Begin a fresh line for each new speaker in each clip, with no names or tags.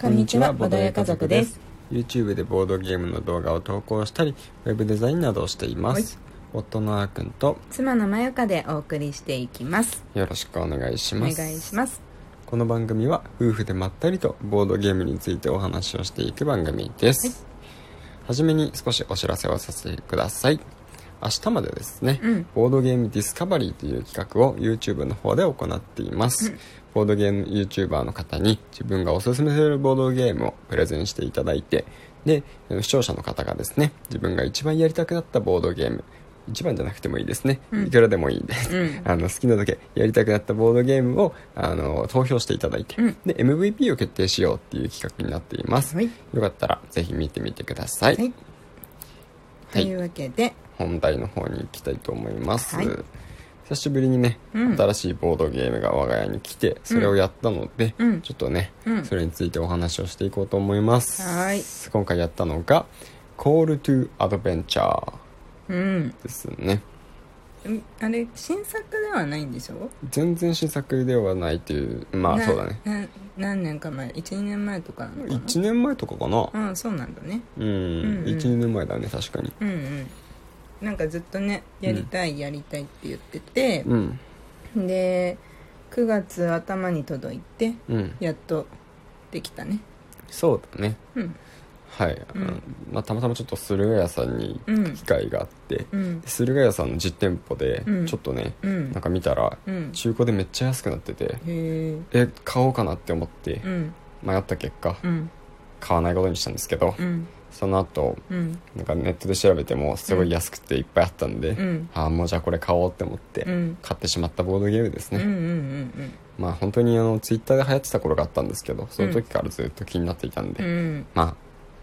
こんにちはボドゲ家族です
YouTube でボードゲームの動画を投稿したりウェブデザインなどをしています、夫のあーくんと
妻のまよかでお送りしていきます
よろしくお願いし
お
ま
願い
す
します
この番組は夫婦でまったりとボードゲームについてお話をしていく番組です、はじめに少しお知らせをさせてください明日までですね、
うん
ボードゲームディスカバリーという企画を YouTube の方で行っています、ボードゲーム YouTuber の方に自分がおすすめするボードゲームをプレゼンしていただいてでえー視聴者の方がですね自分が一番やりたくなったボードゲーム一番じゃなくてもいいですね、いくらでもいいです、あの好きなだけやりたくなったボードゲームをあの投票していただいて、で MVP を決定しようっていう企画になっています、
はい
よかったらぜひ見てみてください、
はいと
はい
いうわけで
本題の方に行きたいと思います、
はい
久しぶりにね、
うん
新しいボードゲームが我が家に来てそれをやったので、
うん
ちょっとね、
うん
それについてお話をしていこうと思います
はい
今回やったのが「コール・トゥ・アドベンチャー
うん」
ですね
うんあれ新作ではないんでしょ
全然新作ではないというまあ
な
そうだね
な何年か前12年前とかなのか
1年前とかかな
なうんそうなんだね
うん、
うん
12年前だね確かに
うんうんなんかずっとねやりたいやりたいって言ってて、
うん
で9月頭に届いて
うん
やっとできたね
そうだね
うん
はい、あのまあ、たまたまちょっと駿河屋さんに行く機会があって、
うん
駿河屋さんの実店舗で
うん
ちょっとね、
うん
なんか見たら
うん
中古でめっちゃ安くなってて、
へえ
え買おうかなって思って
うん
迷った結果、
うん
買わないことにしたんですけど、
うん
その後
うん
なんかネットで調べてもすごい安くていっぱいあったんで、
うん
ああもうじゃあこれ買おうって思って、
うん
買ってしまったボードゲームです
うんうんう
ね、
ん
まあ本当にあのツイッターで流行ってた頃があったんですけどその時からずっと気になっていたんで、
うんうん
まあ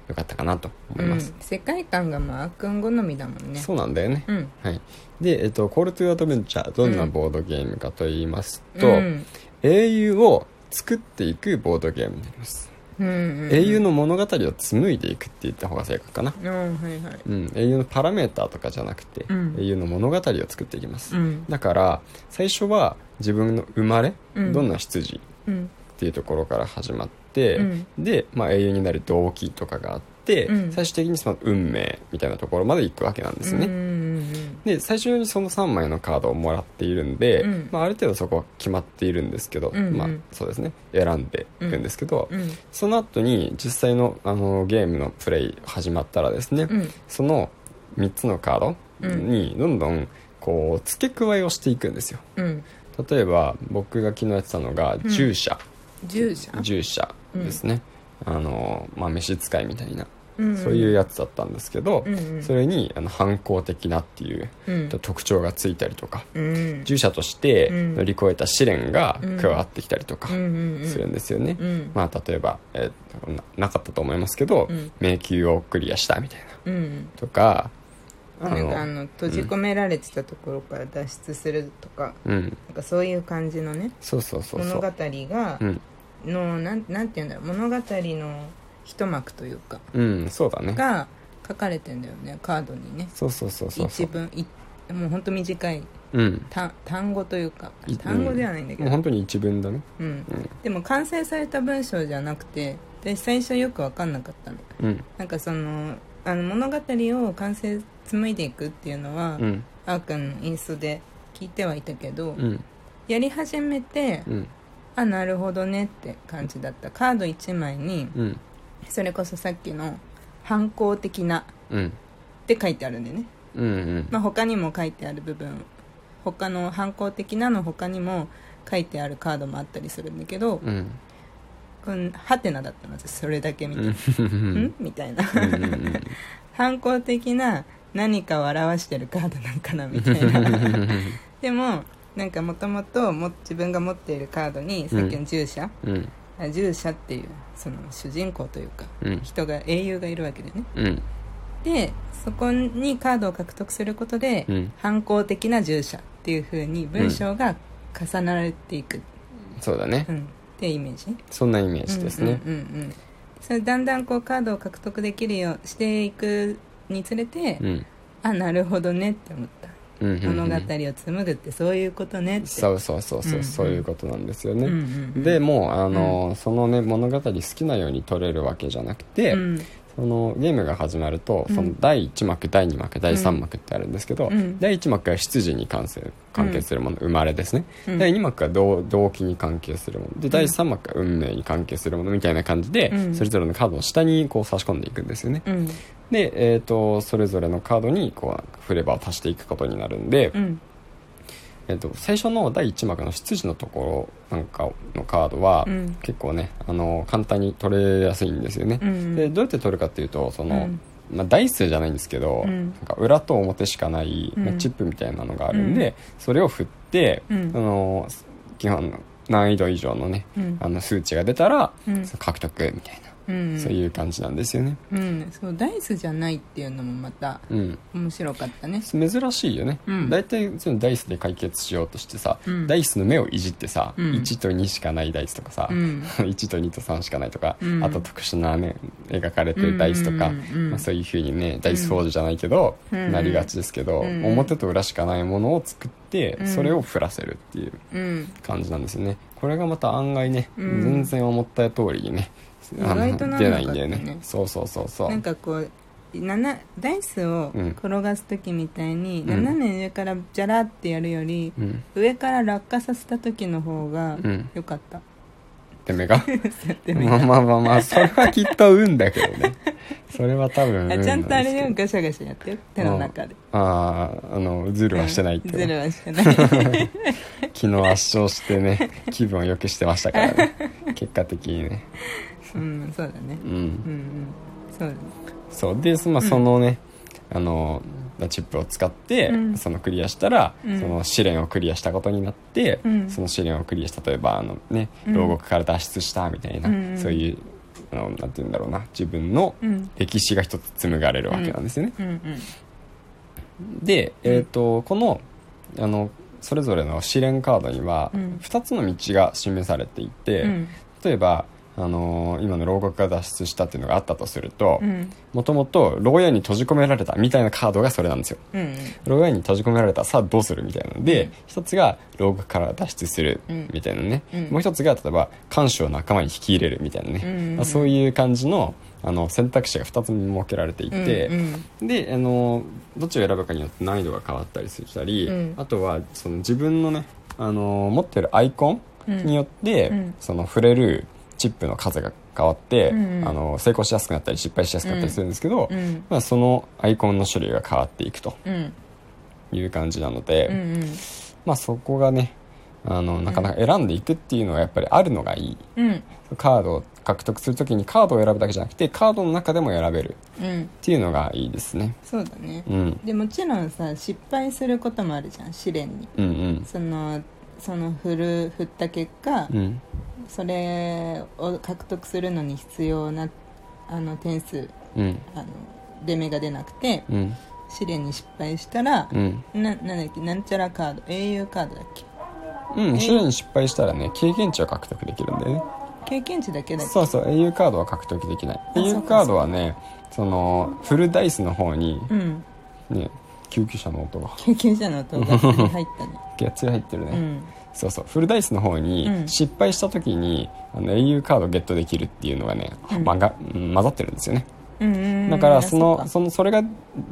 よかったかなと思
う
いま
ん
す、
世界観がまああっくん好みだもんね
そうなんだよね、
うん
はいで、えっと、コール・トゥ・アドベンチャーどんなボードゲームかと言いますと、
うん
英雄を作っていくボードゲームになります、
うんうん
英雄の物語を紡いでいくって言った方が正確かな、
うんはいはい
うん、英雄のパラメーターとかじゃなくて、
うん
英雄の物語を作っていきます、
うん
だから最初は自分の生まれ、
うん
どんな出自
うん
っていうところから始まって、
うん
で、まあ、英雄になる動機とかがあって、
うん
最終的にその運命みたいなところまで行くわけなんですね、
うんうん
で最初にその3枚のカードをもらっているんで、
うん
まあ、ある程度そこは決まっているんですけど、
うんうん
まあ、そうですね選んでいくんですけど、
うん
その後に実際のあのゲームのプレイ始まったらですね、
うん
その3つのカードにどんどんこう付け加えをしていくんですよ
うん
例えば僕が昨日やってたのが
ん
従者、
従者
従者ですね、あのまあ召使いみたいな、
うん
そういうやつだったんですけど、
うんうん
それにあの反抗的なっていう
うん
特徴がついたりとか、
うん
従者として
うん
乗り越えた試練が
うん
加わってきたりとか
うんうんうん
するんですよね、
うん
まあ例えば、えーななかったと思いますけど、
うん
迷宮をクリアしたみたい
う
な
ん
とかあ
なん
の
かあの閉じ込められてたところから脱出するとか
うん
なんかそういう感じのね
そうそうそうそ
物語
う
が
うん、
のなんなんていうんだろう物語の一幕というか
うん、そうだね
が書かれてんだよねカードにね
そうそうそうそうそ
一
う
文いもうほんと短い
うん
単単語というか
い
単語ではないんだけ
もう
ど、
本当に一文だね
うんでも完成された文章じゃなくてで最初よく分かんなかったの
うん
なんかそのあの物語を完成紡いでいくっていうのは、
うん
あーくんのインストで聞いてはいたけど、
うん
やり始めて、
うん
あなるほどねって感じだったカード1枚に
うん
それこそさっきの「反抗的な」
うん
って書いてあるんでね、
うんうん
まあ、他にも書いてある部分他の「反抗的な」の他にも書いてあるカードもあったりするんだけど
うん
「うん、ハテナだったの私それだけ見て「ん?」みたいな
うんうんうん
反抗的な何かを表してるカードなんかなみたいな でもなんかもともと自分が持っているカードにさっきの従者、
うん
あ従者っていうその主人公というか
うん
人が英雄がいるわけでね
うん
でそこにカードを獲得することで、
うん
反抗的な従者っていう風に文章が重なられていく、
そうだね
うんっていうイメージ
そんなイメージですね
うんうんうんうんそれだんだんこうカードを獲得できるようしていくにつれて、
うん
あなるほどねって思った
うんうんうん
物語を紡ぐってそういうことねって
そうそうそうそう、
うんうん
そういうことなんですよね、
うんうんうん
でもうあの、そのね物語好きなように撮れるわけじゃなくて、
うん
そのゲームが始まると
うん
その第1幕第2幕第3幕ってあるんですけど、
うん
第1幕が出自に関する関係するもの、生まれですね、
うん
第2幕が動動機に関係するもので第3幕が運命に関係するものみたいな感じで、
うん
それぞれのカードを下にこう差し込んでいくんですよね、
うん
で、えー、とそれぞれのカードにこうなんか振れば足していくことになるんで、
うん
えっと、最初の第1幕の執事のところなんかのカードは、
うん
結構ねあの簡単に取れやすいんですよね、
うん
でどうやって取るかっていうとその、
うん
まあ、台数じゃないんですけど、
うん
なんか裏と表しかない、
うん
まあチップみたいなのがある
う
んで、それを振って、
うん
あの基本の難易度以上のね、
うん
あの数値が出たら、
うん
その獲得みたいな、
うん
そういう感じなんですよね、
うんそうダイスじゃないっていうのもまた
うん、
面白かったね
珍しいよね、
うん
大体そのダイスで解決しようとしてさ、
うん
ダイスの目をいじってさ、
うん
1と2しかないダイスとかさ、
うん
1と2と3しかないとか、
うん
あと特殊なね描かれてるダイスとか、
うんうんうんうん
まあ、そういうふうにねダイスフォージじゃないけど、
うん
なりがちですけど、
うん
表と裏しかないものを作って、
うん
それを振らせるっていう
うん
感じなんですよねこれがまた案外ね、
うん
全然思った通りにね
意外と
あの
なんなかったね
出ないんだよねそうそうそうそう
なんかこう斜ダイスを
うん
転がす時みたいに、
ん
斜め上からジャラってやるより、
うん
上から落下させた時の方が
うん
良かった、
で目が
そうやってみた
まあまあまあまあそれはきっと運だけど ねそれは多分運な
あ
んです
ちゃんとあれ
けど
でもガシャガシャやってよ手の中で
あああのズルはしてないって、
ズルはして ない
昨日圧勝してね気分を良くしてましたからね結果的にね
うんそうだね
う
うん
ん
うんそうだね
そうで、まあ、そのね、あのチップを使って、
うん
そのクリアしたら、
うん
その試練をクリアしたことになって、
うん
その試練をクリアした例えばあのね
うん
牢獄から脱出したみたいな、
うん
そういうあのなんて言うんだろうな自分の
うん
歴史が一つ紡がれるわけなんですよね、
うんうん
で、えー、とこのあのそれぞれの試練カードには
うん
2つの道が示されていて、
うん
例えば、あのー今の牢獄が脱出したっていうのがあったとすると
うん
もともと牢屋に閉じ込められたみたいなカードがそれなんですよ
うん
牢屋に閉じ込められたさあどうするみたいなの
う
で
ん
1つが牢獄から脱出する
うん
みたいなね、
うん
もう1つが例えば看守を仲間に引き入れるみたいなね、
うんうんうん
まあそういう感じのあの選択肢が2つに設けられてい
うん
て、
うん
であのどっちを選ぶかによって難易度が変わったりしたり、
うん
あとはその自分のねあの持ってるアイコン
うん
によって、
うん
その触れるチップの数が変わって、
うん
あの成功しやすくなったり失敗しやすくなったりするんですけど、
うん
まあ、そのアイコンの種類が変わっていくと
うん
いう感じなので、
うんうん
まあ、そこがねあのなかなか選んでいくっていうのがやっぱりあるのがいい
うん
カードを獲得するときにカードを選ぶだけじゃなくてカードの中でも選べるっ
うん
ていうのがいいですね。
そうだね
うん、
でもちろんさ失敗することもあるじゃん試練に
うん、うん
そのその振る振った結果、
うん
それを獲得するのに必要なあの点数
うん
あの出目が出なくて
うん
試練に失敗したら、
うん
ななんだっけなんちゃらカード英雄カードだっけ
うん試練に失敗したらね経験値を獲得できるんだよね
経験値だけだっけ
そうそう英雄カードは獲得できない英
そ
雄
うか
カードはねそのフルダイスの方に
うん
ね救急車の音が
経験者の音が入ったね
がっつり入ってるね、
うん
そうそうフルダイスの方
う
に
ん
失敗した時にあの英雄カードをゲットできるっていうのがね、
うん
まがうん混ざってるんですよね
うんうんうん
だからそ
あ
の
う
そのそれが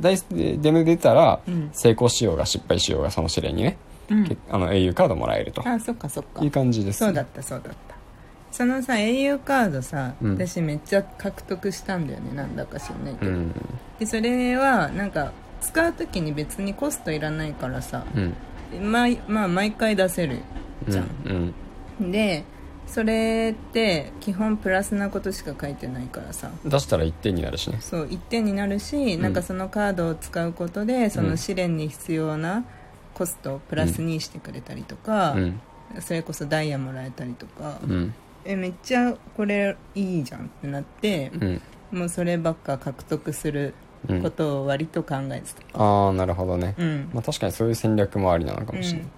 ダイスで出目出たら、
うん
成功しようが失敗しようがその試練にね、
うん
けあの英雄カードもらえると
あそっかそっか
いう感じです
そうだったそうだったそのさ英雄カードさ、
うん
私めっちゃ獲得したんだよねなんだか知んないけ
う
ど、
ん
でそれはなんか使う時に別にコストいらないからさ、
うん
ままあ毎回出せるじゃん、
うん
でそれって基本プラスなことしか書いてないからさ
出したら1点になるしね
そう1点になるし、
ん
なんかそのカードを使うことでその試練に必要なコストをプラスにしてくれたりとか、
うん
それこそダイヤもらえたりとか、
うん
えめっちゃこれいいじゃんってなって、
うん
もうそればっか獲得する
うん
ことを割と考えてた
ああなるほどね、
うん、
まあ、確かにそういう戦略もありなのかもしれない、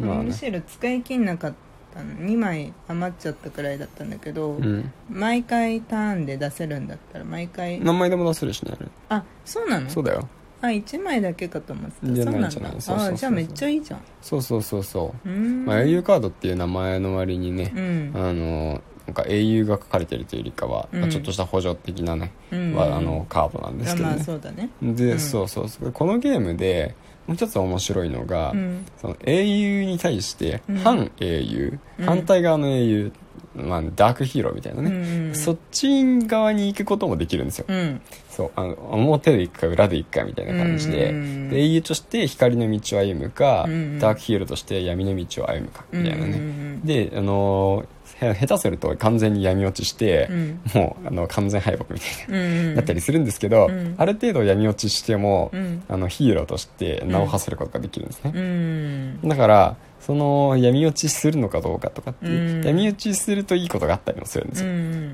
うん
まあ
む
ね
しろ使い切んなかったの2枚余っちゃったくらいだったんだけど、
うん
毎回ターンで出せるんだったら毎回
何枚でも出せるしねあれ
あそうなの
そうだよ
あ1枚だけかと思ってた
じゃ
そう
な
ない
じゃ
んだ
ないそうそうそう
あ
そう
あじゃあめっちゃいいじゃん
そうそうそうそう
ー
う、
ん
まあ、au カードっていう名前の割にね、
うん
あのなんか au が書かれてるというよりかは、まあ
うん
ちょっとした補助的なね、
うん
はあのカードなんです
あ
けど
まあ
ね、
そうだね
で、
うん
そうそうそうこのゲームでもう一つ面白いのが、
うん
その英雄に対して
うん
反英雄、
うん
反対側の英雄、まあ、ダークヒーローみたいな
うんう
ね、
ん
そっち側に行くこともできるんですよ、
うん
そうあの表で行くか裏で行くかみたいな感じで,、
うん
で英雄として光の道を歩むか、
うん
ダークヒーローとして闇の道を歩むかみたいなね、
うんうん
であのへ下手すると完全に闇落ちして、
うん
もうあの完全敗北みたいな
うんうん
だったりするんですけど、
うん
ある程度闇落ちしても、
うん
あのヒーローとして名を馳せることができるんですね、
うん
だからその闇落ちするのかどうかとかっていう、
うん
闇落ちするといいことがあったりもするんですよ、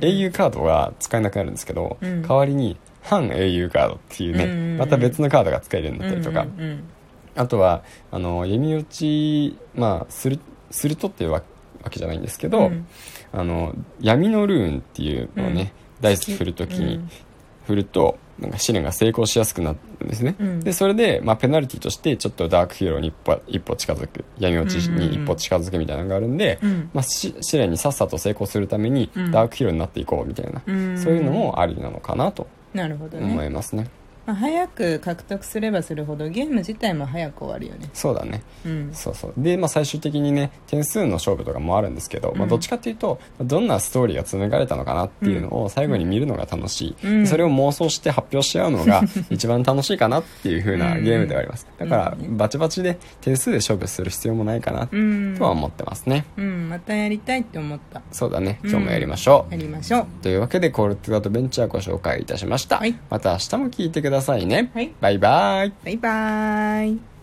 英雄カードは使えなくなるんですけど、
うん
代わりに反英雄カードっていうね、
うんうんうん
また別のカードが使えるようになったりとか、
うんうん
あとはあの闇落ち、まあ、するするとっていうわわけじゃないんですけ
う
ど、
ん
あの闇のルーンっていうのをね、ダイス振るときに振るとなんか試練が成功しやすくなるんですね、
うん
でそれで、まあ、ペナルティとしてちょっとダークヒーローに一歩一歩近づく闇落ちに一歩近づくみたいなのがあるんで、
うん
まあ、し試練にさっさと成功するために
うん
ダークヒーローになっていこうみたいな、
うん
そういうのもありなのかなと
なるほど
思い
ね、
ますね
まあ、早く獲得すればするほどゲーム自体も早く終わるよね
そうだね
うん
そうそうで、まあ、最終的にね点数の勝負とかもあるんですけど、ま
う
あ、
ん
どっちかっていうとどんなストーリーが紡がれたのかなっていうのを最後に見るのが楽しい、
うん
それを妄想して発表し合う のが一番楽しいかなっていう風な
うん
ゲームではありますだから
うん
バチバチで点数で勝負する必要もないかな
うん
とは思ってますね、
うんまたやりたいって思った
そうだね今日もやりましょう、
やりましょう
というわけで「コール・トゥ・アドベンチャー」ご紹介いたしました、
はい
また明日も聞いてくださいね、
はい
バイバイ
バイバーイ